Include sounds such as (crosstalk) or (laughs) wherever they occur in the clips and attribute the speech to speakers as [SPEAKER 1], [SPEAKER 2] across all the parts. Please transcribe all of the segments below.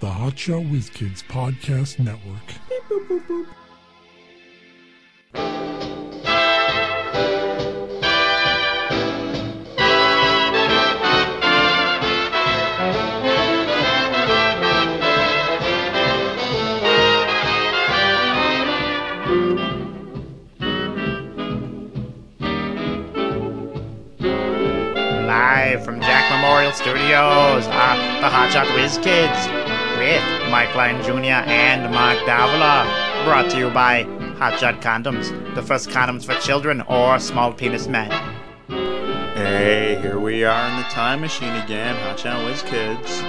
[SPEAKER 1] the Hot Shot Whiz Kids Podcast Network.
[SPEAKER 2] Live from Jack Memorial Studios are the Hotshot Whiz Kids with Mike Lyon Jr. and Mark Davila. Brought to you by Hotshot Condoms, the first condoms for children or small penis men. Hey, here we are in the time machine again, Hotshot Whiz Kids.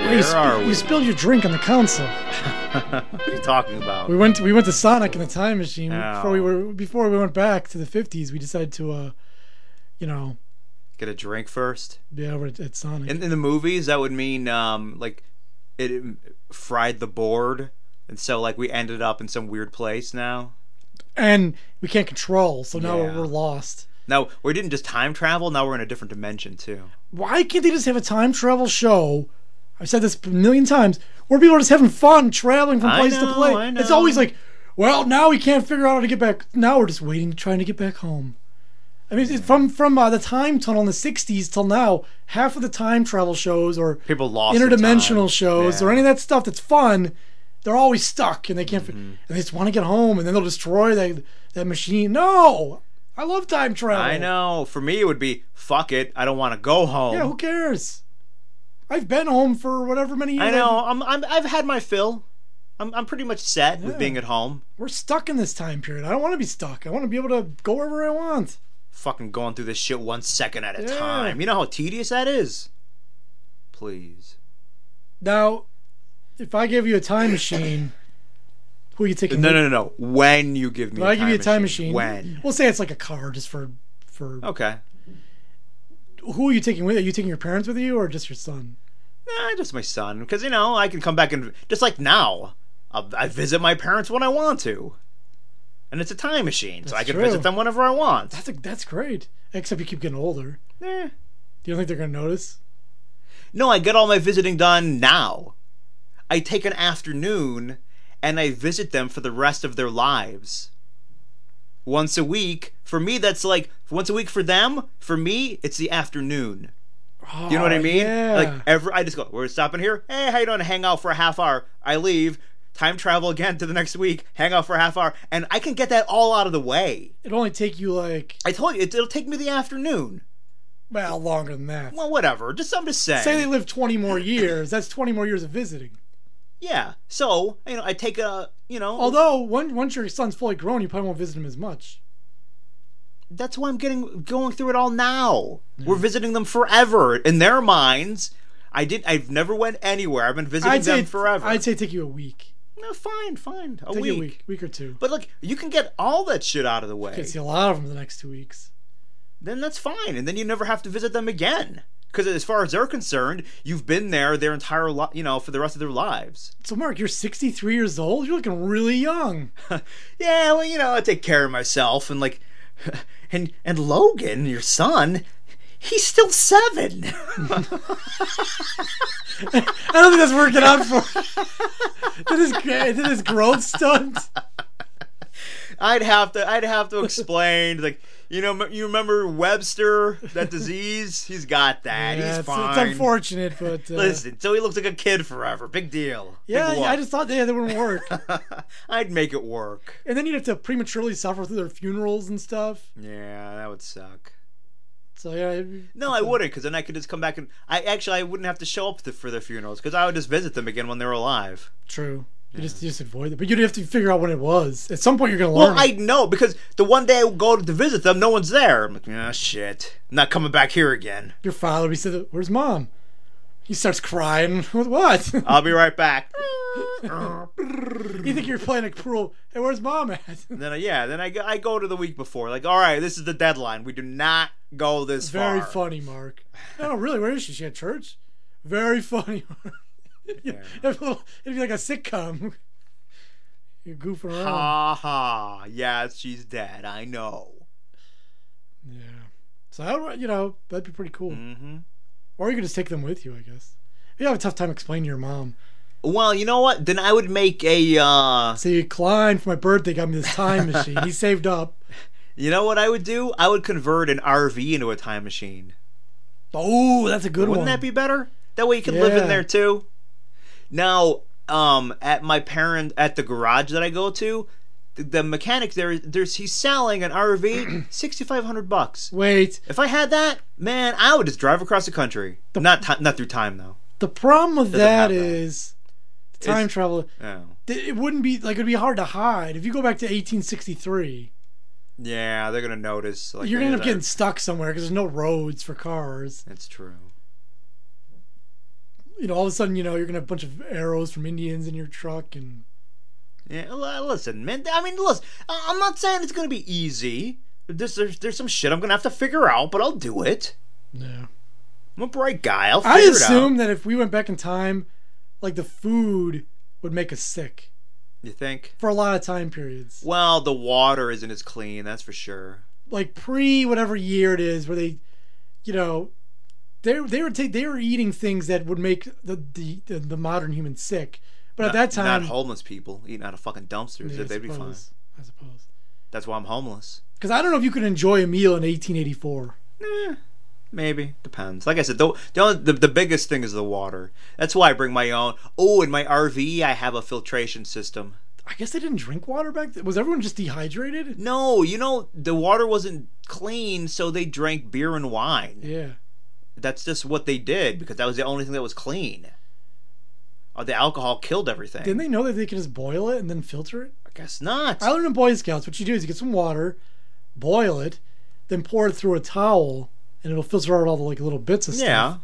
[SPEAKER 3] You
[SPEAKER 2] Where
[SPEAKER 3] sp-
[SPEAKER 2] are we?
[SPEAKER 3] You spilled your drink on the console.
[SPEAKER 2] what are you talking about?
[SPEAKER 3] We went we went to Sonic in the time machine
[SPEAKER 2] Ow.
[SPEAKER 3] before we were before we went back to the fifties. We decided to, uh, you know,
[SPEAKER 2] Get a drink first.
[SPEAKER 3] be over at, at Sonic.
[SPEAKER 2] In, in the movies, that would mean um, like it, it fried the board, and so like we ended up in some weird place now.
[SPEAKER 3] and we can't control, so now
[SPEAKER 2] Yeah.
[SPEAKER 3] we're, we're lost.
[SPEAKER 2] Now we didn't just time travel. Now we're in a different dimension too.
[SPEAKER 3] Why can't they just have a time travel show? I've said this a million times. Where people are just having fun traveling from
[SPEAKER 2] I
[SPEAKER 3] place to
[SPEAKER 2] know,
[SPEAKER 3] place.
[SPEAKER 2] I
[SPEAKER 3] It's
[SPEAKER 2] know.
[SPEAKER 3] always like, well, now we can't figure out how to get back. Now we're just waiting, trying to get back home. I mean, it's from from uh, the time tunnel in the '60s till now, half of the time travel shows or
[SPEAKER 2] People lost their
[SPEAKER 3] interdimensional
[SPEAKER 2] time.
[SPEAKER 3] shows
[SPEAKER 2] Yeah. Mm-hmm.
[SPEAKER 3] or any of that stuff that's fun, they're always stuck and they can't. fi- And they just want to get home, and then they'll destroy that that machine. No, I love time travel.
[SPEAKER 2] I know. For me, it would be fuck it. I don't want to go home.
[SPEAKER 3] Yeah, who cares? I've been home for whatever many years.
[SPEAKER 2] I know. I'm, I'm. I've had my fill. I'm. I'm pretty much set with
[SPEAKER 3] Yeah.
[SPEAKER 2] being at home.
[SPEAKER 3] We're stuck in this time period. I don't want to be stuck. I want to be able to go wherever I want.
[SPEAKER 2] Fucking going through this shit one second at a
[SPEAKER 3] Yeah.
[SPEAKER 2] time. You know how tedious that is. Please.
[SPEAKER 3] Now, if I give you a time machine, who are you taking?
[SPEAKER 2] No, no, no, no. When you give me,
[SPEAKER 3] If
[SPEAKER 2] a
[SPEAKER 3] I give
[SPEAKER 2] time
[SPEAKER 3] you a time machine,
[SPEAKER 2] machine. When? Oh.
[SPEAKER 3] We'll say it's like a car, just for for.
[SPEAKER 2] Okay.
[SPEAKER 3] Who are you taking with? you? Are you taking your parents with you, or just your son?
[SPEAKER 2] Nah, just my son, because you know I can come back and just like now, I'll, I visit my parents when I want to, and it's a time machine, so
[SPEAKER 3] That's
[SPEAKER 2] I can
[SPEAKER 3] true.
[SPEAKER 2] visit them whenever I want.
[SPEAKER 3] That's a, that's great. Except you keep getting older.
[SPEAKER 2] Eh.
[SPEAKER 3] Do you think they're gonna notice?
[SPEAKER 2] No, I get all my visiting done now. I take an afternoon, and I visit them for the rest of their lives. Once a week for me, that's like once a week for them. For me, it's the afternoon. You know what I
[SPEAKER 3] Oh,
[SPEAKER 2] mean?
[SPEAKER 3] Yeah.
[SPEAKER 2] Like every, I just go, we're stopping here. Hey, how you doing? Hang out for a half hour. I leave. Time travel again to the next week. Hang out for a half hour, and I can get that all out of the way.
[SPEAKER 3] It'll only take you like
[SPEAKER 2] I told you, it, it'll take me the afternoon.
[SPEAKER 3] well longer than that.
[SPEAKER 2] Well, whatever. Just I'm just saying.
[SPEAKER 3] Say they live 20 more years. That's 20 more years of visiting.
[SPEAKER 2] yeah. So you know, I take a you know.
[SPEAKER 3] Although, when, once your son's fully grown, you probably won't visit him as much.
[SPEAKER 2] that's why I'm getting going through it all now. We're visiting them forever in their minds. I did. I've never went anywhere. I've been visiting
[SPEAKER 3] I'd say
[SPEAKER 2] them forever.
[SPEAKER 3] I'd say take you a week.
[SPEAKER 2] no, fine, fine. A
[SPEAKER 3] Take
[SPEAKER 2] week.
[SPEAKER 3] you a week, week or two.
[SPEAKER 2] But look, you can get all that shit out of the way.
[SPEAKER 3] You can see a lot of them the next two weeks.
[SPEAKER 2] then that's fine, and then you never have to visit them again. Because as far as they're concerned, you've been there their entire, li- you know, for the rest of their lives. (laughs)
[SPEAKER 3] So, Mark, you're 63 years old. You're looking really young.
[SPEAKER 2] yeah, well, you know, I take care of myself, and like, (laughs) and and Logan, your son, he's still seven. (laughs)
[SPEAKER 3] I don't think that's working out for. (laughs) did this did this growth stunt?
[SPEAKER 2] I'd have to, I'd have to explain, like, you know, m- you remember Webster, that disease? He's got that.
[SPEAKER 3] Yeah,
[SPEAKER 2] he's
[SPEAKER 3] it's,
[SPEAKER 2] fine.
[SPEAKER 3] it's unfortunate, but uh,
[SPEAKER 2] Listen, so he looks like a kid forever. Big deal. Big
[SPEAKER 3] yeah, yeah, I
[SPEAKER 2] whoop.
[SPEAKER 3] just thought yeah, they wouldn't work.
[SPEAKER 2] (laughs) I'd make it work.
[SPEAKER 3] and then you'd have to prematurely suffer through their funerals and stuff.
[SPEAKER 2] Yeah, that would suck.
[SPEAKER 3] So yeah, it'd be-
[SPEAKER 2] No, I wouldn't, because then I could just come back and I actually I wouldn't have to show up to, for their funerals because I would just visit them again when they were alive.
[SPEAKER 3] true. You just you just avoid it, but you'd have to figure out when it was. At some point, you're gonna learn.
[SPEAKER 2] Well, I know because the one day I would go to visit them, no one's there. I'm like, ah, shit, I'm not coming back here again.
[SPEAKER 3] Your father, he said, "Where's mom?" He starts crying. (laughs) What?
[SPEAKER 2] I'll be right
[SPEAKER 3] (laughs)
[SPEAKER 2] back.
[SPEAKER 3] you think you're playing a cruel? Hey, where's mom at?
[SPEAKER 2] And then I, yeah, then I, go- I go to the week before, like, all right, this is the deadline. We do not go this
[SPEAKER 3] (laughs) Very
[SPEAKER 2] far.
[SPEAKER 3] funny, Mark. No, really, where is she? She at church? Very funny. (laughs) Mark. yeah. It'd be like a sitcom. (laughs) You're goofing around.
[SPEAKER 2] Ha ha. Yes, she's dead. I know.
[SPEAKER 3] Yeah. So I would, you know, that'd be pretty cool.
[SPEAKER 2] Mm-hmm.
[SPEAKER 3] Or you could just take them with you, I guess. You have a tough time explaining to your mom.
[SPEAKER 2] Well, you know what? Then I would make a. Uh,
[SPEAKER 3] See, Klein for my birthday got me this
[SPEAKER 2] (laughs)
[SPEAKER 3] time machine. he saved up.
[SPEAKER 2] you know what I would do? I would convert an RV into a time machine.
[SPEAKER 3] Oh, that's a good
[SPEAKER 2] Wouldn't
[SPEAKER 3] one.
[SPEAKER 2] that be better? That way you can live
[SPEAKER 3] Yeah.
[SPEAKER 2] in there too. Now, um, at my parent at the garage that I go to, the, the mechanic there, there's he's selling an (clears throat) RV, sixty five hundred bucks.
[SPEAKER 3] Wait,
[SPEAKER 2] If I had that, man, I would just drive across the country. not ti not through time though.
[SPEAKER 3] the problem with
[SPEAKER 2] Doesn't have
[SPEAKER 3] that
[SPEAKER 2] that.
[SPEAKER 3] is the time
[SPEAKER 2] It's-
[SPEAKER 3] travel.
[SPEAKER 2] Oh.
[SPEAKER 3] th- It wouldn't be like it'd be hard to hide if you go back to 1863.
[SPEAKER 2] Yeah, they're gonna notice. Like,
[SPEAKER 3] you're gonna
[SPEAKER 2] hey,
[SPEAKER 3] end up
[SPEAKER 2] there-
[SPEAKER 3] getting stuck somewhere because there's no roads for cars.
[SPEAKER 2] That's true.
[SPEAKER 3] You know, all of a sudden, you know, you're gonna have a bunch of arrows from Indians in your truck, and
[SPEAKER 2] Yeah, l- listen, man. I mean, listen. I- I'm not saying it's gonna be easy. There's, there's there's some shit I'm gonna have to figure out, but I'll do it.
[SPEAKER 3] yeah.
[SPEAKER 2] I'm a bright guy. I'll figure
[SPEAKER 3] I
[SPEAKER 2] it out.
[SPEAKER 3] assume that if we went back in time, like the food would make us sick
[SPEAKER 2] You think?
[SPEAKER 3] for a lot of time periods.
[SPEAKER 2] Well, the water isn't as clean, that's for sure.
[SPEAKER 3] Like pre whatever year it is, where they, you know, they they were ta- they were eating things that would make the the, the, the modern human sick. But at that time,
[SPEAKER 2] not homeless people eating out of fucking dumpsters.
[SPEAKER 3] Yeah, I
[SPEAKER 2] they'd be fine.
[SPEAKER 3] suppose. I suppose.
[SPEAKER 2] That's why I'm homeless.
[SPEAKER 3] Because I don't know if you could enjoy a meal in 1884.
[SPEAKER 2] Eh, maybe depends. Like I said, the the, only, the the biggest thing is the water. That's why I bring my own. Oh, in my RV, I have a filtration system.
[SPEAKER 3] I guess they didn't drink water back then. Was everyone just dehydrated?
[SPEAKER 2] No, you know the water wasn't clean, so they drank beer and wine.
[SPEAKER 3] Yeah.
[SPEAKER 2] That's just what they did because that was the only thing that was clean. Oh, the alcohol killed everything.
[SPEAKER 3] Didn't they know that they could just boil it and then filter it?
[SPEAKER 2] I guess not.
[SPEAKER 3] I learned in Boy Scouts what you do is you get some water, boil it, then pour it through a towel, and it'll filter out all the like little bits of
[SPEAKER 2] yeah.
[SPEAKER 3] stuff.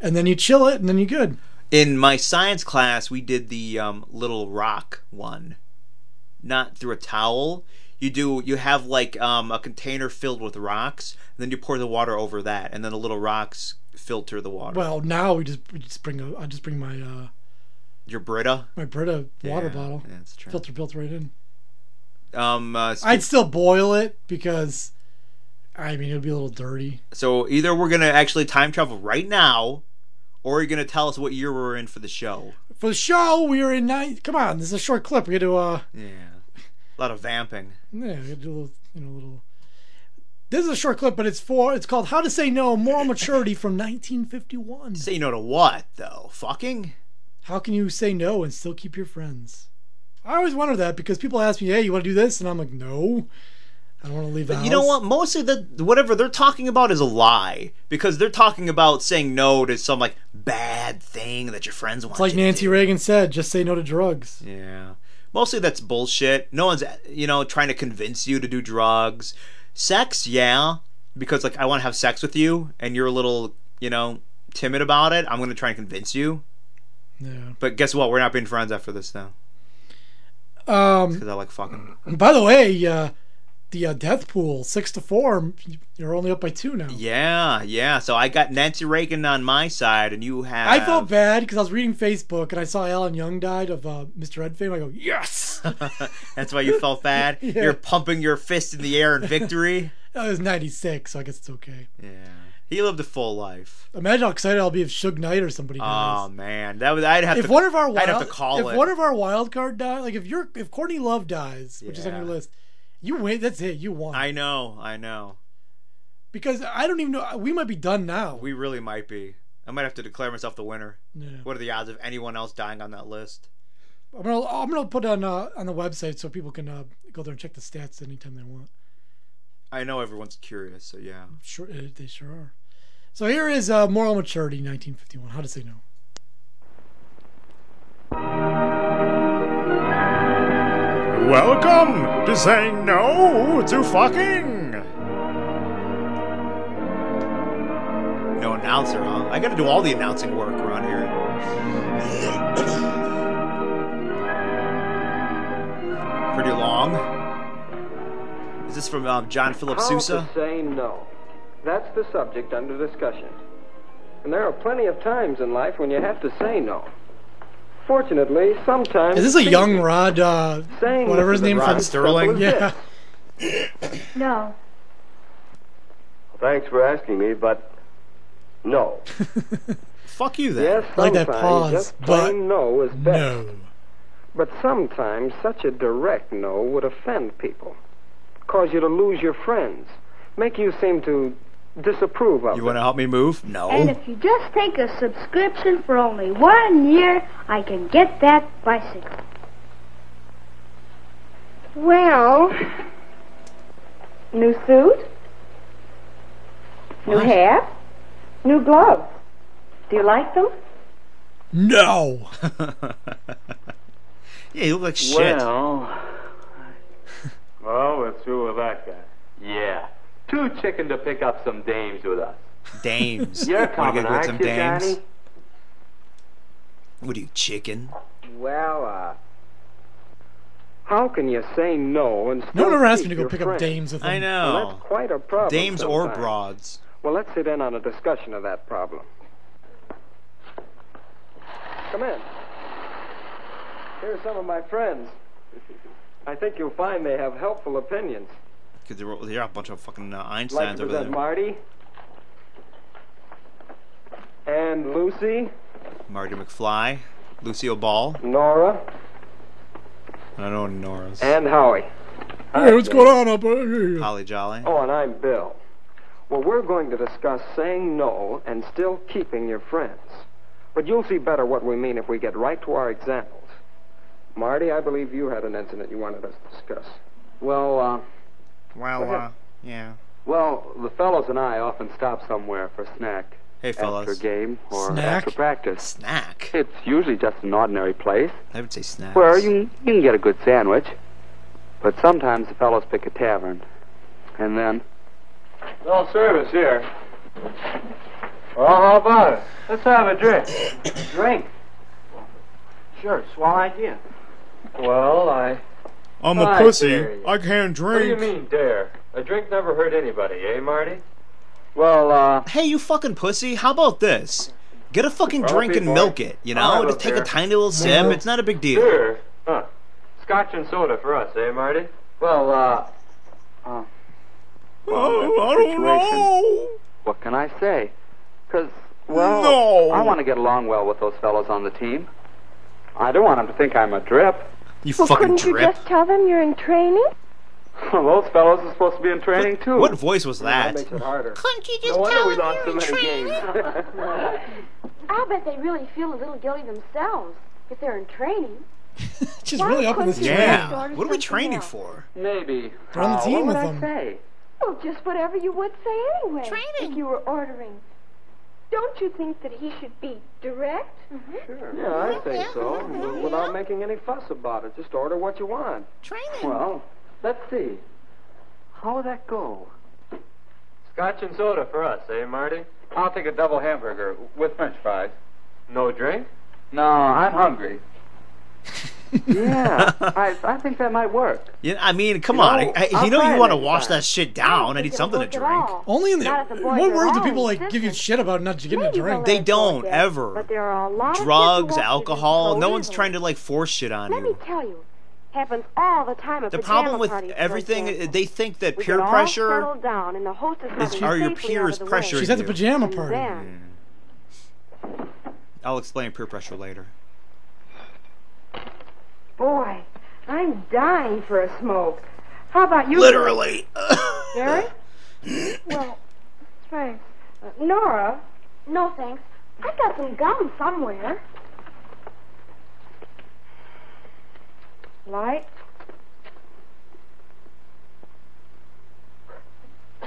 [SPEAKER 3] And then you chill it, and then you're good.
[SPEAKER 2] In my science class, we did the um, little rock one, not through a towel. You do you have like um, a container filled with rocks, and then you pour the water over that, and then the little rocks filter the water.
[SPEAKER 3] Well, now we just, we just bring a, I just bring my uh,
[SPEAKER 2] Your Brita
[SPEAKER 3] my Brita water
[SPEAKER 2] Yeah,
[SPEAKER 3] bottle,
[SPEAKER 2] yeah, That's true.
[SPEAKER 3] filter filter right in.
[SPEAKER 2] Um, uh, sp-
[SPEAKER 3] I'd still boil it because, I mean, it'd be a little dirty.
[SPEAKER 2] so either we're gonna actually time travel right now, or you're gonna tell us what year we're in for the show.
[SPEAKER 3] For the show, we are in nine. Come on, this is a short clip. We got to uh,
[SPEAKER 2] Yeah, a lot of vamping.
[SPEAKER 3] Yeah, we gotta do a little, you know, a little. This is a short clip, but it's for it's called "How to Say No: Moral Maturity" from 1951.
[SPEAKER 2] Say no to what though? Fucking.
[SPEAKER 3] How can you say no and still keep your friends? I always wonder that because people ask me, "Hey, you want to do this?" and I'm like, "No, I don't want to leave the
[SPEAKER 2] You know
[SPEAKER 3] house."
[SPEAKER 2] what? Most of the whatever they're talking about is a lie because they're talking about saying no to some like bad thing that your friends want.
[SPEAKER 3] It's like
[SPEAKER 2] you
[SPEAKER 3] Nancy
[SPEAKER 2] to
[SPEAKER 3] Reagan said, "Just say no to drugs."
[SPEAKER 2] do. Yeah. Mostly that's bullshit. No one's you know trying to convince you to do drugs. Sex, yeah, because like I want to have sex with you and you're a little you know timid about it. I'm gonna try and convince you.
[SPEAKER 3] Yeah.
[SPEAKER 2] But guess what? We're not being friends after this now
[SPEAKER 3] Um.
[SPEAKER 2] because I like fucking.
[SPEAKER 3] and Um, by the way, uh, the uh, death pool six to four. You're only up by two now.
[SPEAKER 2] Yeah, yeah. So I got Nancy Reagan on my side, and you have.
[SPEAKER 3] I felt bad because I was reading Facebook and I saw Alan Young died of uh, Mr. Ed fame. I go, yes.
[SPEAKER 2] (laughs) That's why you felt bad.
[SPEAKER 3] (laughs) Yeah.
[SPEAKER 2] You're pumping your fist in the air in victory.
[SPEAKER 3] (laughs) That was 96, so I guess it's okay.
[SPEAKER 2] yeah. He lived a full life.
[SPEAKER 3] Imagine how excited I'll be if Suge Knight or somebody
[SPEAKER 2] Oh
[SPEAKER 3] dies.
[SPEAKER 2] man, that was I'd have
[SPEAKER 3] if
[SPEAKER 2] to.
[SPEAKER 3] one of our wild,
[SPEAKER 2] I'd have to call
[SPEAKER 3] if
[SPEAKER 2] it.
[SPEAKER 3] one of our wild card dies, like if you're if Courtney Love dies, which is on your
[SPEAKER 2] Yeah.
[SPEAKER 3] list, you win. That's it. You won
[SPEAKER 2] I know, I know.
[SPEAKER 3] because I don't even know. We might be done now.
[SPEAKER 2] We really might be. I might have to declare myself the winner.
[SPEAKER 3] yeah.
[SPEAKER 2] What are the odds of anyone else dying on that list?
[SPEAKER 3] I'm gonna I'm gonna put on uh, on the website so people can uh, go there and check the stats anytime they want.
[SPEAKER 2] I know everyone's curious, so yeah.
[SPEAKER 3] Sure, uh, they sure are. So here is uh, moral maturity, 1951. How to say no.
[SPEAKER 4] Welcome to saying no to fucking.
[SPEAKER 2] No announcer, huh? I got to do all the announcing work around here. (coughs) Pretty long. Is this from um, John Philip
[SPEAKER 5] How
[SPEAKER 2] Sousa?
[SPEAKER 5] to say no. That's the subject under discussion. And there are plenty of times in life when you have to say no. Fortunately, sometimes.
[SPEAKER 3] Is this a young Rod? Uh,
[SPEAKER 5] saying
[SPEAKER 3] whatever his name
[SPEAKER 2] Rod
[SPEAKER 3] from
[SPEAKER 2] Sterling?
[SPEAKER 3] Yeah.
[SPEAKER 6] No.
[SPEAKER 3] (laughs)
[SPEAKER 5] Thanks for asking me, but no.
[SPEAKER 2] Fuck you then.
[SPEAKER 5] Yes,
[SPEAKER 3] Like
[SPEAKER 5] sometimes
[SPEAKER 3] that pause,
[SPEAKER 5] just
[SPEAKER 3] but
[SPEAKER 5] plain no is best.
[SPEAKER 1] No.
[SPEAKER 5] But sometimes such a direct no would offend people, cause you to lose your friends, make you seem to disapprove of
[SPEAKER 2] You
[SPEAKER 5] it.
[SPEAKER 2] want to help me move?
[SPEAKER 6] And
[SPEAKER 2] No.
[SPEAKER 6] if you just take a subscription for only one year, I can get that bicycle.
[SPEAKER 7] Well, new suit, new hat, new gloves. Do you like them?
[SPEAKER 3] No.
[SPEAKER 2] (laughs) Yeah, you look like shit.
[SPEAKER 8] Well, (laughs) well, we're through with that guy. Yeah, too chicken to pick up some dames with us.
[SPEAKER 2] Dames.
[SPEAKER 8] You're
[SPEAKER 2] Wanna
[SPEAKER 8] coming,
[SPEAKER 2] go get
[SPEAKER 8] aren't
[SPEAKER 2] some
[SPEAKER 8] you, Johnny?
[SPEAKER 2] dames? What are you, chicken?
[SPEAKER 5] Well, uh, how can you say no and
[SPEAKER 3] No
[SPEAKER 5] still
[SPEAKER 3] one ever asked me
[SPEAKER 5] keep
[SPEAKER 3] to go
[SPEAKER 5] your
[SPEAKER 3] pick up
[SPEAKER 5] friends?
[SPEAKER 3] dames with them.
[SPEAKER 2] I
[SPEAKER 5] Well, that's
[SPEAKER 2] know.
[SPEAKER 5] quite a problem.
[SPEAKER 2] Dames or
[SPEAKER 5] sometimes.
[SPEAKER 2] broads.
[SPEAKER 5] Well, let's sit in on a discussion of that problem. Come in. Here are some of my friends. I think you'll find they have helpful opinions.
[SPEAKER 2] Because they're, they're a bunch of fucking uh,
[SPEAKER 5] Like
[SPEAKER 2] Einsteins
[SPEAKER 5] to
[SPEAKER 2] over
[SPEAKER 5] present
[SPEAKER 2] there.
[SPEAKER 5] Marty and Lucy,
[SPEAKER 2] Marty McFly, Lucille Ball.
[SPEAKER 5] Nora,
[SPEAKER 2] I don't know any Nora's.
[SPEAKER 5] and Howie.
[SPEAKER 1] Hey, what's going on up here?
[SPEAKER 2] Holly Jolly.
[SPEAKER 5] Oh, and I'm Bill. Well, we're going to discuss saying no and still keeping your friends. But you'll see better what we mean if we get right to our examples. Marty, I believe you had an incident you wanted us to discuss.
[SPEAKER 8] Well, uh,
[SPEAKER 4] Well,
[SPEAKER 5] ahead.
[SPEAKER 4] uh, yeah.
[SPEAKER 8] well, the fellows and I often stop somewhere for a snack
[SPEAKER 2] Hey,
[SPEAKER 8] after
[SPEAKER 2] fellas.
[SPEAKER 8] game or
[SPEAKER 3] Snack?
[SPEAKER 8] after practice.
[SPEAKER 2] Snack?
[SPEAKER 8] It's usually just an ordinary place
[SPEAKER 2] I would say snack.
[SPEAKER 8] where you, you can get a good sandwich. But sometimes the fellows pick a tavern. And then. No service here. Well, how about it? Let's have a drink. drink? Sure, swell idea. Well, I.
[SPEAKER 2] I'm
[SPEAKER 8] a Hi, pussy. Jerry. I
[SPEAKER 2] can't
[SPEAKER 8] mean, dare? A drink never hurt anybody, eh, Marty? Well, uh.
[SPEAKER 2] Hey, you fucking pussy. How about this? Get a fucking
[SPEAKER 8] Well,
[SPEAKER 2] drink
[SPEAKER 8] okay,
[SPEAKER 2] and
[SPEAKER 8] boy.
[SPEAKER 2] milk it, you know?
[SPEAKER 8] I'll have
[SPEAKER 2] Just
[SPEAKER 8] a
[SPEAKER 2] take a
[SPEAKER 8] beer.
[SPEAKER 2] tiny little sip. It's not a big deal.
[SPEAKER 8] Sure. Huh. Scotch and soda for us, eh, Marty? Well, uh. uh well, that's the situation. What can I say? Because, well,
[SPEAKER 2] No.
[SPEAKER 8] I want to get along well with those fellows on the team. I don't want them to think I'm a drip. (laughs)
[SPEAKER 2] You
[SPEAKER 7] Well,
[SPEAKER 2] fucking
[SPEAKER 7] couldn't you
[SPEAKER 2] drip.
[SPEAKER 7] just tell them you're in training?
[SPEAKER 8] those fellows are supposed to be in training, too.
[SPEAKER 2] What voice was that?
[SPEAKER 5] makes it harder.
[SPEAKER 8] No wonder we lost so many games. (laughs)
[SPEAKER 7] I'll bet they really feel a little guilty themselves if they're in training.
[SPEAKER 3] She's really up in this
[SPEAKER 7] Yeah.
[SPEAKER 3] training.
[SPEAKER 2] Yeah. What are we training for?
[SPEAKER 8] Maybe.
[SPEAKER 3] They're on the
[SPEAKER 8] Uh,
[SPEAKER 3] team
[SPEAKER 8] what would
[SPEAKER 3] with
[SPEAKER 8] I
[SPEAKER 3] them.
[SPEAKER 8] say?
[SPEAKER 7] Well, Oh, just whatever you would say anyway. Training. If you were ordering. Don't you think that he should be direct?
[SPEAKER 5] Yeah, I think so. W- Without making any fuss about it. Just order what you want.
[SPEAKER 8] Well, let's see. How would that go? Scotch and soda for us, eh, Marty? I'll take a double hamburger with french fries. No
[SPEAKER 3] (laughs)
[SPEAKER 8] drink? No, I'm hungry. yeah, I, I think that might work.
[SPEAKER 2] Yeah, I mean, come
[SPEAKER 8] You
[SPEAKER 2] on.
[SPEAKER 8] know,
[SPEAKER 2] I, I,
[SPEAKER 8] I'll
[SPEAKER 2] you know
[SPEAKER 8] try
[SPEAKER 2] you
[SPEAKER 8] it
[SPEAKER 2] want to
[SPEAKER 8] next
[SPEAKER 2] wash
[SPEAKER 8] time.
[SPEAKER 2] that shit down. Oh, I
[SPEAKER 7] Think
[SPEAKER 2] need
[SPEAKER 7] it'll
[SPEAKER 2] something to
[SPEAKER 7] work at
[SPEAKER 2] drink.
[SPEAKER 7] all.
[SPEAKER 3] Only in the
[SPEAKER 7] Not if the boys
[SPEAKER 3] what
[SPEAKER 7] are
[SPEAKER 3] world do
[SPEAKER 7] all
[SPEAKER 3] people like give you
[SPEAKER 7] insistent.
[SPEAKER 3] shit about not getting a
[SPEAKER 7] Maybe
[SPEAKER 3] drink?
[SPEAKER 7] they'll
[SPEAKER 2] They
[SPEAKER 7] let
[SPEAKER 2] don't
[SPEAKER 7] you get,
[SPEAKER 2] ever.
[SPEAKER 7] But there are a lot of kids
[SPEAKER 2] Drugs,
[SPEAKER 7] who want
[SPEAKER 2] alcohol.
[SPEAKER 7] To
[SPEAKER 2] No one's trying to like force shit on
[SPEAKER 7] Let me
[SPEAKER 2] you.
[SPEAKER 7] tell you, happens all the time at
[SPEAKER 2] The
[SPEAKER 7] pajama
[SPEAKER 2] problem with
[SPEAKER 7] parties, for
[SPEAKER 2] everything,
[SPEAKER 7] example.
[SPEAKER 2] uh, they think that
[SPEAKER 7] We
[SPEAKER 2] peer
[SPEAKER 7] can all
[SPEAKER 2] pressure.
[SPEAKER 7] settle down, and the hostess has
[SPEAKER 2] is-
[SPEAKER 7] you
[SPEAKER 2] are your
[SPEAKER 7] safely out
[SPEAKER 2] peers
[SPEAKER 7] of the way.
[SPEAKER 2] pressuring
[SPEAKER 3] She's at the
[SPEAKER 2] you.
[SPEAKER 3] pajama
[SPEAKER 7] And
[SPEAKER 3] party.
[SPEAKER 7] then-
[SPEAKER 2] I'll explain peer pressure later.
[SPEAKER 7] Boy, I'm dying for a smoke. How about you?
[SPEAKER 2] Literally.
[SPEAKER 7] Jerry? well, thanks. Uh, Nora? No, thanks. I got some gum somewhere. Light?
[SPEAKER 2] (laughs)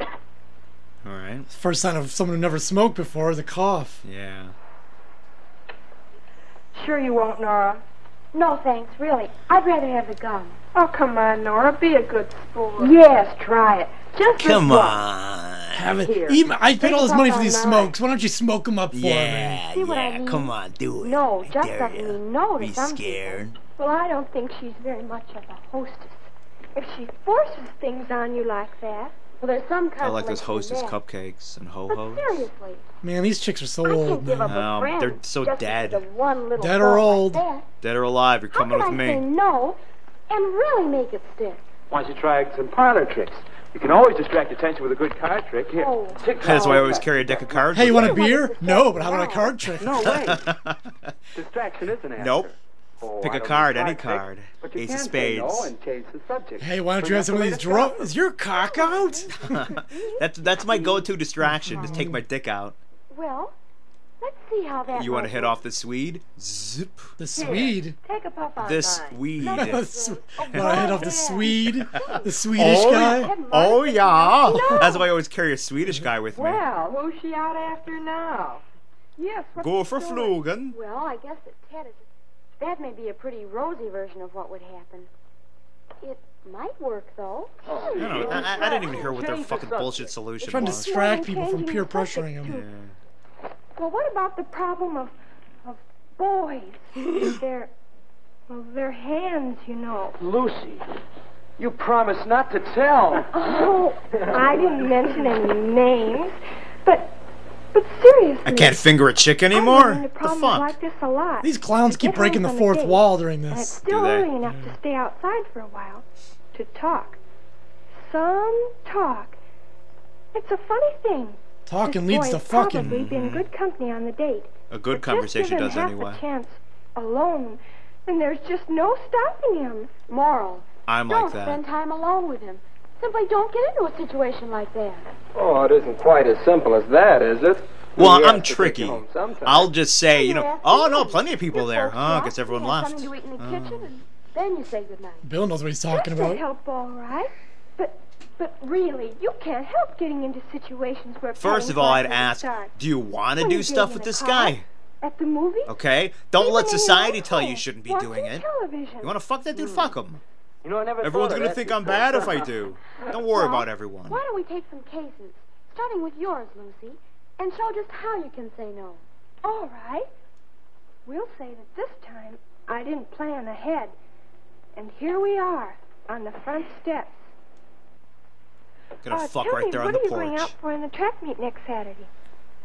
[SPEAKER 2] All right.
[SPEAKER 3] First sign of someone who never smoked before is a cough.
[SPEAKER 2] Yeah.
[SPEAKER 7] Sure you won't, Nora. No, thanks, really. I'd rather have the gum. Oh, come on, Nora. Be a good sport. Yes, try it. Just for
[SPEAKER 2] Come
[SPEAKER 7] sport.
[SPEAKER 2] on.
[SPEAKER 3] Have it.
[SPEAKER 7] Here.
[SPEAKER 3] Even- I paid all this
[SPEAKER 7] Think
[SPEAKER 3] money for
[SPEAKER 7] about
[SPEAKER 3] these
[SPEAKER 7] that.
[SPEAKER 3] smokes. Why don't you smoke them up for me?
[SPEAKER 2] Yeah,
[SPEAKER 7] See what I
[SPEAKER 2] yeah.
[SPEAKER 7] mean?
[SPEAKER 2] Come on, do it.
[SPEAKER 7] No,
[SPEAKER 2] I
[SPEAKER 7] just
[SPEAKER 2] dare
[SPEAKER 7] doesn't
[SPEAKER 2] ya.
[SPEAKER 7] mean no to
[SPEAKER 2] Be
[SPEAKER 7] some people.
[SPEAKER 2] scared.
[SPEAKER 6] Well, I don't think she's very much of a hostess. If she forces things on you like that, well, there's some kind
[SPEAKER 2] I
[SPEAKER 6] of
[SPEAKER 2] like those hostess cupcakes and ho
[SPEAKER 6] But
[SPEAKER 2] hos.
[SPEAKER 6] seriously,
[SPEAKER 3] Man, these chicks are so
[SPEAKER 6] I
[SPEAKER 3] old
[SPEAKER 6] can't give up
[SPEAKER 3] now.
[SPEAKER 2] No,
[SPEAKER 6] a friend
[SPEAKER 2] Um, they're so
[SPEAKER 6] just
[SPEAKER 2] dead.
[SPEAKER 6] because of one little
[SPEAKER 3] Dead or
[SPEAKER 6] thought like
[SPEAKER 3] old.
[SPEAKER 6] that.
[SPEAKER 2] Dead or alive, you're
[SPEAKER 6] How
[SPEAKER 2] coming
[SPEAKER 6] could
[SPEAKER 2] with
[SPEAKER 6] I say
[SPEAKER 2] me.
[SPEAKER 6] no and really make it stick?
[SPEAKER 8] Why don't you try some parlor tricks? You can always distract attention with a good card trick. Here. Take
[SPEAKER 2] That's why I always carry a deck of cards.
[SPEAKER 3] Hey, you
[SPEAKER 2] with
[SPEAKER 3] want a
[SPEAKER 2] me.
[SPEAKER 3] beer? No, but how about a card trick?
[SPEAKER 8] No, wait.
[SPEAKER 2] (laughs)
[SPEAKER 8] Distraction isn't an answer.
[SPEAKER 2] Nope.
[SPEAKER 8] Oh,
[SPEAKER 2] Pick
[SPEAKER 8] I
[SPEAKER 2] a
[SPEAKER 8] don't
[SPEAKER 2] card,
[SPEAKER 8] know
[SPEAKER 2] any
[SPEAKER 8] card trick,
[SPEAKER 2] card.
[SPEAKER 8] but you
[SPEAKER 2] Ace of
[SPEAKER 8] can say no
[SPEAKER 2] spades.
[SPEAKER 8] and change the subject.
[SPEAKER 3] Hey, why don't
[SPEAKER 8] Bring
[SPEAKER 3] you
[SPEAKER 8] up
[SPEAKER 3] have some of
[SPEAKER 8] the
[SPEAKER 3] these
[SPEAKER 8] latest
[SPEAKER 3] draw?
[SPEAKER 8] gossip.
[SPEAKER 3] Is your cock out?
[SPEAKER 2] (laughs) that's that's my go-to distraction. Just take my dick out.
[SPEAKER 6] Well, let's see how that.
[SPEAKER 2] You want to
[SPEAKER 6] might
[SPEAKER 2] hit
[SPEAKER 6] be.
[SPEAKER 2] off the Swede? Zip.
[SPEAKER 3] The Swede.
[SPEAKER 6] Take a puff on
[SPEAKER 2] This
[SPEAKER 6] mine.
[SPEAKER 2] weed.
[SPEAKER 3] (laughs) The Sw-
[SPEAKER 6] Oh,
[SPEAKER 3] wanna hit off the Swede, the Swedish
[SPEAKER 2] Oh,
[SPEAKER 3] guy.
[SPEAKER 2] Oh yeah. That's why I always carry a Swedish guy with me.
[SPEAKER 7] Well, who's she out after now? Yes, what
[SPEAKER 2] Go for flugen.
[SPEAKER 6] Well, I guess that Ted is. That may be a pretty rosy version of what would happen. It might work, though.
[SPEAKER 2] I don't know. I, I- I didn't even hear what their fucking bullshit solution
[SPEAKER 3] Trying to
[SPEAKER 2] was.
[SPEAKER 3] distract people from peer pressuring them.
[SPEAKER 7] Well, what about the problem of of boys?
[SPEAKER 6] They're. Well, they're hands, you know.
[SPEAKER 8] Lucy, you promised not to tell.
[SPEAKER 6] Oh, I didn't mention any names. But. But seriously.
[SPEAKER 2] I can't finger a chick
[SPEAKER 6] I've been
[SPEAKER 2] anymore.
[SPEAKER 6] into
[SPEAKER 2] The
[SPEAKER 6] problems
[SPEAKER 2] fuck?
[SPEAKER 6] like this a lot.
[SPEAKER 3] These clowns keep
[SPEAKER 6] Get
[SPEAKER 3] breaking the
[SPEAKER 6] home on a
[SPEAKER 3] fourth
[SPEAKER 6] date,
[SPEAKER 3] wall during
[SPEAKER 6] And it's
[SPEAKER 3] this.
[SPEAKER 6] still
[SPEAKER 2] they?
[SPEAKER 6] early enough to stay outside for a while, to talk. Some talk. It's a funny thing.
[SPEAKER 3] Talking leads to
[SPEAKER 6] Boy's Probably
[SPEAKER 3] fucking.
[SPEAKER 6] been good company on the date.
[SPEAKER 2] A good
[SPEAKER 6] just
[SPEAKER 2] conversation
[SPEAKER 6] given
[SPEAKER 2] does
[SPEAKER 6] half
[SPEAKER 2] anyway.
[SPEAKER 6] A chance alone, and there's just no stopping him.
[SPEAKER 7] Moral.
[SPEAKER 2] I'm
[SPEAKER 6] don't
[SPEAKER 2] like that.
[SPEAKER 6] spend time alone with him. Simply don't get into a situation like that.
[SPEAKER 5] Oh, it isn't quite as simple as that, is it?
[SPEAKER 2] Well,
[SPEAKER 5] You
[SPEAKER 2] I'm
[SPEAKER 5] have to take
[SPEAKER 2] tricky.
[SPEAKER 5] it home sometime.
[SPEAKER 2] I'll just say, you know,
[SPEAKER 6] After
[SPEAKER 2] oh no,
[SPEAKER 6] lunch,
[SPEAKER 2] plenty of people
[SPEAKER 6] you
[SPEAKER 2] there.
[SPEAKER 6] folks
[SPEAKER 2] Oh,
[SPEAKER 6] walk,
[SPEAKER 2] guess everyone
[SPEAKER 6] you have
[SPEAKER 2] left. Oh.
[SPEAKER 6] Something to eat in the kitchen, and then you say goodnight.
[SPEAKER 3] Bill knows what he's talking
[SPEAKER 6] That's
[SPEAKER 3] about.
[SPEAKER 6] help, all right. But, but really, you can't help getting into situations where.
[SPEAKER 2] First
[SPEAKER 6] petting
[SPEAKER 2] of all, I'd
[SPEAKER 6] rivalries
[SPEAKER 2] ask,
[SPEAKER 6] start.
[SPEAKER 2] do you want to
[SPEAKER 6] What are
[SPEAKER 2] do
[SPEAKER 6] you
[SPEAKER 2] stuff
[SPEAKER 6] doing
[SPEAKER 2] with
[SPEAKER 6] in
[SPEAKER 2] this
[SPEAKER 6] the car?
[SPEAKER 2] guy?
[SPEAKER 6] At the movie?
[SPEAKER 2] Okay? Don't let
[SPEAKER 6] Even in
[SPEAKER 2] society
[SPEAKER 6] your
[SPEAKER 2] tell you
[SPEAKER 6] home,
[SPEAKER 2] shouldn't be
[SPEAKER 6] watching
[SPEAKER 2] doing it.
[SPEAKER 6] Television.
[SPEAKER 2] You want to fuck that dude? Fuck him.
[SPEAKER 8] You know, I never
[SPEAKER 2] Everyone's
[SPEAKER 8] thought of
[SPEAKER 2] gonna
[SPEAKER 8] that
[SPEAKER 2] think I'm
[SPEAKER 8] before.
[SPEAKER 2] bad if I do. Don't worry about everyone.
[SPEAKER 6] Why don't we take some cases, starting with yours, Lucy, and show just how you can say no.
[SPEAKER 7] All right. We'll say that this time I didn't plan ahead. And here we are on the front steps.
[SPEAKER 2] Gonna
[SPEAKER 6] Oh,
[SPEAKER 7] Uh,
[SPEAKER 2] fuck
[SPEAKER 7] tell
[SPEAKER 2] right
[SPEAKER 7] me,
[SPEAKER 2] there on
[SPEAKER 7] what
[SPEAKER 2] the
[SPEAKER 7] are you going out
[SPEAKER 2] porch.
[SPEAKER 7] for in the track meet next Saturday?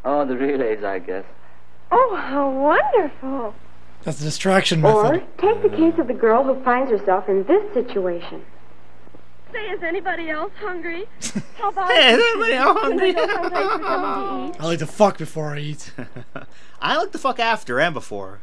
[SPEAKER 8] Oh, the relays, I guess.
[SPEAKER 7] Oh, how wonderful.
[SPEAKER 3] That's the distraction
[SPEAKER 6] Or
[SPEAKER 3] method.
[SPEAKER 6] take the case of the girl who finds herself in this situation.
[SPEAKER 7] Say, is anybody else hungry?
[SPEAKER 6] How about
[SPEAKER 2] Hey, is everybody out hungry?
[SPEAKER 6] something to eat?
[SPEAKER 3] I like to fuck before I
[SPEAKER 6] (laughs)
[SPEAKER 3] eat.
[SPEAKER 2] I like to fuck after and before.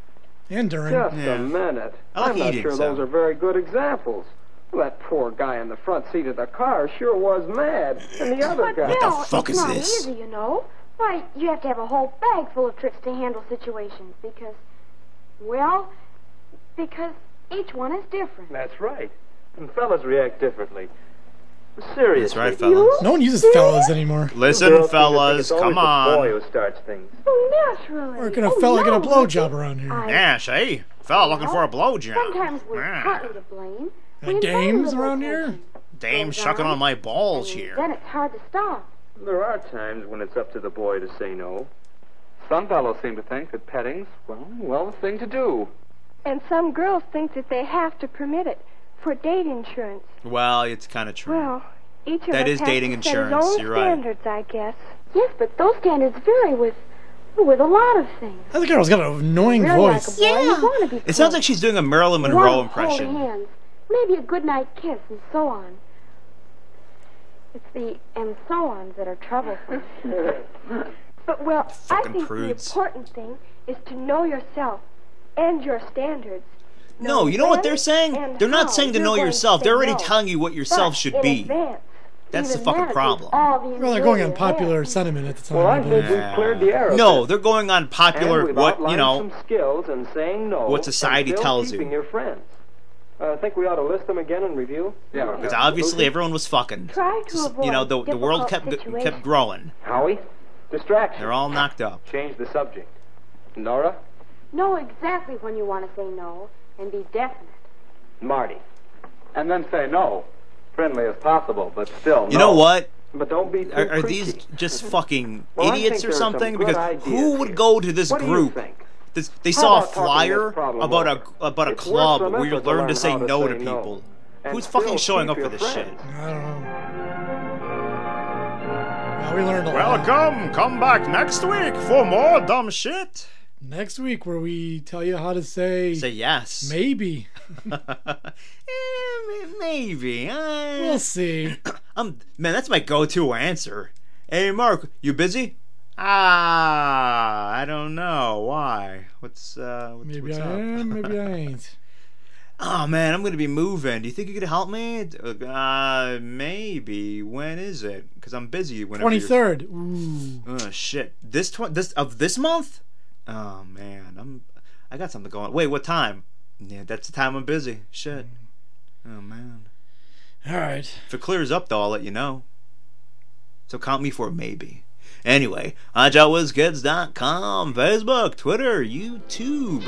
[SPEAKER 3] And during.
[SPEAKER 5] Just
[SPEAKER 2] Yeah.
[SPEAKER 5] a minute.
[SPEAKER 2] I like
[SPEAKER 5] am not
[SPEAKER 2] eating,
[SPEAKER 5] sure
[SPEAKER 2] so.
[SPEAKER 5] those are very good examples. Well, that poor guy in the front seat of the car sure was mad, and the other guy.
[SPEAKER 2] the
[SPEAKER 6] Well,
[SPEAKER 2] fuck
[SPEAKER 6] it's
[SPEAKER 2] is
[SPEAKER 6] not
[SPEAKER 2] this?
[SPEAKER 6] easy, you know. Why, you have to have a whole bag full of tricks to handle situations because, well, because each one is different.
[SPEAKER 8] That's right. And fellas react differently. Seriously.
[SPEAKER 2] That's right, fellas.
[SPEAKER 3] No one uses fellas anymore.
[SPEAKER 2] Listen, fellas, come on.
[SPEAKER 6] Oh, naturally.
[SPEAKER 3] Or can a
[SPEAKER 6] Oh,
[SPEAKER 3] fella get a
[SPEAKER 6] no,
[SPEAKER 3] blowjob around here?
[SPEAKER 6] I-
[SPEAKER 2] Nash, hey, fella looking for a
[SPEAKER 6] Sometimes we're partly
[SPEAKER 2] blowjob.
[SPEAKER 6] to
[SPEAKER 3] Uh,
[SPEAKER 6] blame. We invite a
[SPEAKER 3] dames
[SPEAKER 6] little
[SPEAKER 3] around
[SPEAKER 6] attention,
[SPEAKER 3] here?
[SPEAKER 2] Dame sucking on my balls here.
[SPEAKER 6] Then it's hard to stop.
[SPEAKER 8] There are times when it's up to the boy to say no. Some fellows seem to think that petting's, well, well, the thing to do.
[SPEAKER 7] And some girls think that they have to permit it for date insurance.
[SPEAKER 2] Well, it's kind of true.
[SPEAKER 7] Well, each of
[SPEAKER 2] That
[SPEAKER 7] us
[SPEAKER 2] is
[SPEAKER 7] has
[SPEAKER 2] dating
[SPEAKER 7] to set
[SPEAKER 2] insurance,
[SPEAKER 7] His own
[SPEAKER 2] you're right.
[SPEAKER 7] standards, I guess.
[SPEAKER 6] Yes, but those standards vary with with a lot of things.
[SPEAKER 3] That girl's got an annoying
[SPEAKER 6] Really like a
[SPEAKER 3] voice.
[SPEAKER 6] boy, you want to be
[SPEAKER 2] It sounds like
[SPEAKER 6] close.
[SPEAKER 2] she's doing a Marilyn
[SPEAKER 6] You wanna
[SPEAKER 2] Monroe
[SPEAKER 6] Hold
[SPEAKER 2] impression.
[SPEAKER 6] hands, maybe a goodnight kiss, and so on. It's the and so ons that are
[SPEAKER 2] (laughs)
[SPEAKER 6] troublesome.
[SPEAKER 7] But, well, I
[SPEAKER 2] Fucking
[SPEAKER 7] think
[SPEAKER 2] prudes.
[SPEAKER 7] the important thing is to know yourself and your standards.
[SPEAKER 2] No, you know what they're saying?
[SPEAKER 7] and
[SPEAKER 2] They're not
[SPEAKER 7] how
[SPEAKER 2] saying to
[SPEAKER 7] you're
[SPEAKER 2] know
[SPEAKER 7] going to
[SPEAKER 2] yourself. They're
[SPEAKER 7] say
[SPEAKER 2] already
[SPEAKER 7] no.
[SPEAKER 2] telling you what yourself
[SPEAKER 7] But
[SPEAKER 2] should
[SPEAKER 7] in
[SPEAKER 2] be.
[SPEAKER 7] Advance,
[SPEAKER 2] That's the
[SPEAKER 6] Even
[SPEAKER 2] fucking
[SPEAKER 6] that is
[SPEAKER 2] problem.
[SPEAKER 6] all the
[SPEAKER 3] Well, they're going
[SPEAKER 6] interior
[SPEAKER 3] on popular sentiment at the time.
[SPEAKER 5] Well, I
[SPEAKER 3] I believe.
[SPEAKER 5] think we've cleared the error.
[SPEAKER 2] No, they're going on popular
[SPEAKER 5] and we've
[SPEAKER 2] what
[SPEAKER 5] outlined
[SPEAKER 2] you know.
[SPEAKER 5] some skills and saying no.
[SPEAKER 2] what
[SPEAKER 5] and
[SPEAKER 2] society
[SPEAKER 5] still
[SPEAKER 2] tells
[SPEAKER 5] keeping
[SPEAKER 2] you.
[SPEAKER 5] Your friends. Uh, I think we ought to list them again and review.
[SPEAKER 8] Yeah.
[SPEAKER 2] Because obviously everyone was fucking.
[SPEAKER 6] Try to avoid
[SPEAKER 2] You know, the, the world kept
[SPEAKER 6] difficult
[SPEAKER 2] kept
[SPEAKER 6] situations.
[SPEAKER 2] growing.
[SPEAKER 5] Howie, distraction.
[SPEAKER 2] They're all knocked up.
[SPEAKER 5] Change the subject. Nora,
[SPEAKER 6] Know exactly when you want to say no and be definite.
[SPEAKER 5] Marty, and then say no, friendly as possible, but still.
[SPEAKER 2] You know what?
[SPEAKER 5] But don't be too
[SPEAKER 2] Are, are
[SPEAKER 5] preachy.
[SPEAKER 2] these just fucking
[SPEAKER 5] Well, I
[SPEAKER 2] idiots
[SPEAKER 5] think
[SPEAKER 2] or
[SPEAKER 5] there are some
[SPEAKER 2] something?
[SPEAKER 5] good
[SPEAKER 2] Because
[SPEAKER 5] ideas
[SPEAKER 2] who would
[SPEAKER 5] here.
[SPEAKER 2] go to this
[SPEAKER 5] What
[SPEAKER 2] group?
[SPEAKER 5] do you think?
[SPEAKER 2] This, they saw a
[SPEAKER 5] about talking
[SPEAKER 2] flyer
[SPEAKER 5] this problem
[SPEAKER 2] about
[SPEAKER 5] over?
[SPEAKER 2] a about a
[SPEAKER 5] It's worth
[SPEAKER 2] club
[SPEAKER 5] some
[SPEAKER 2] where you
[SPEAKER 5] effort to
[SPEAKER 2] learn
[SPEAKER 5] learn
[SPEAKER 2] to say
[SPEAKER 5] how to
[SPEAKER 2] no
[SPEAKER 5] say
[SPEAKER 2] to
[SPEAKER 5] no.
[SPEAKER 2] people.
[SPEAKER 5] And
[SPEAKER 2] Who's fucking
[SPEAKER 5] still
[SPEAKER 2] showing
[SPEAKER 5] keep
[SPEAKER 2] up for
[SPEAKER 5] your
[SPEAKER 2] this shit?
[SPEAKER 5] friends.
[SPEAKER 3] I don't know. Well, we learned a lot.
[SPEAKER 2] Welcome. Come back next week for more dumb shit.
[SPEAKER 3] Next week, where we tell you how to say,
[SPEAKER 2] Say yes. (laughs)
[SPEAKER 3] (laughs) maybe.
[SPEAKER 2] Eh, may- Maybe. Uh,
[SPEAKER 3] We'll see.
[SPEAKER 2] I'm man, that's my go-to answer. Hey, Mark, you busy?
[SPEAKER 4] Ah, I don't know why.
[SPEAKER 2] What's uh? What's,
[SPEAKER 3] Maybe
[SPEAKER 2] what's
[SPEAKER 3] I
[SPEAKER 2] up?
[SPEAKER 3] am,
[SPEAKER 2] (laughs)
[SPEAKER 3] maybe I ain't.
[SPEAKER 2] Oh man, I'm gonna be moving. Do you think you could help me? Uh, maybe. When is it? Because I'm busy. Whenever
[SPEAKER 3] Twenty
[SPEAKER 2] you're-
[SPEAKER 3] third. Ooh.
[SPEAKER 2] Oh shit! This tw- this of this month? Oh man, I'm I got something going. Wait, what time? Yeah, that's the time I'm busy. Shit.
[SPEAKER 3] Mm.
[SPEAKER 2] Oh man.
[SPEAKER 3] All right.
[SPEAKER 2] If it clears up though, I'll let you know. So count me for a maybe. Anyway, hotshotwizkids.com, Facebook, Twitter, YouTube,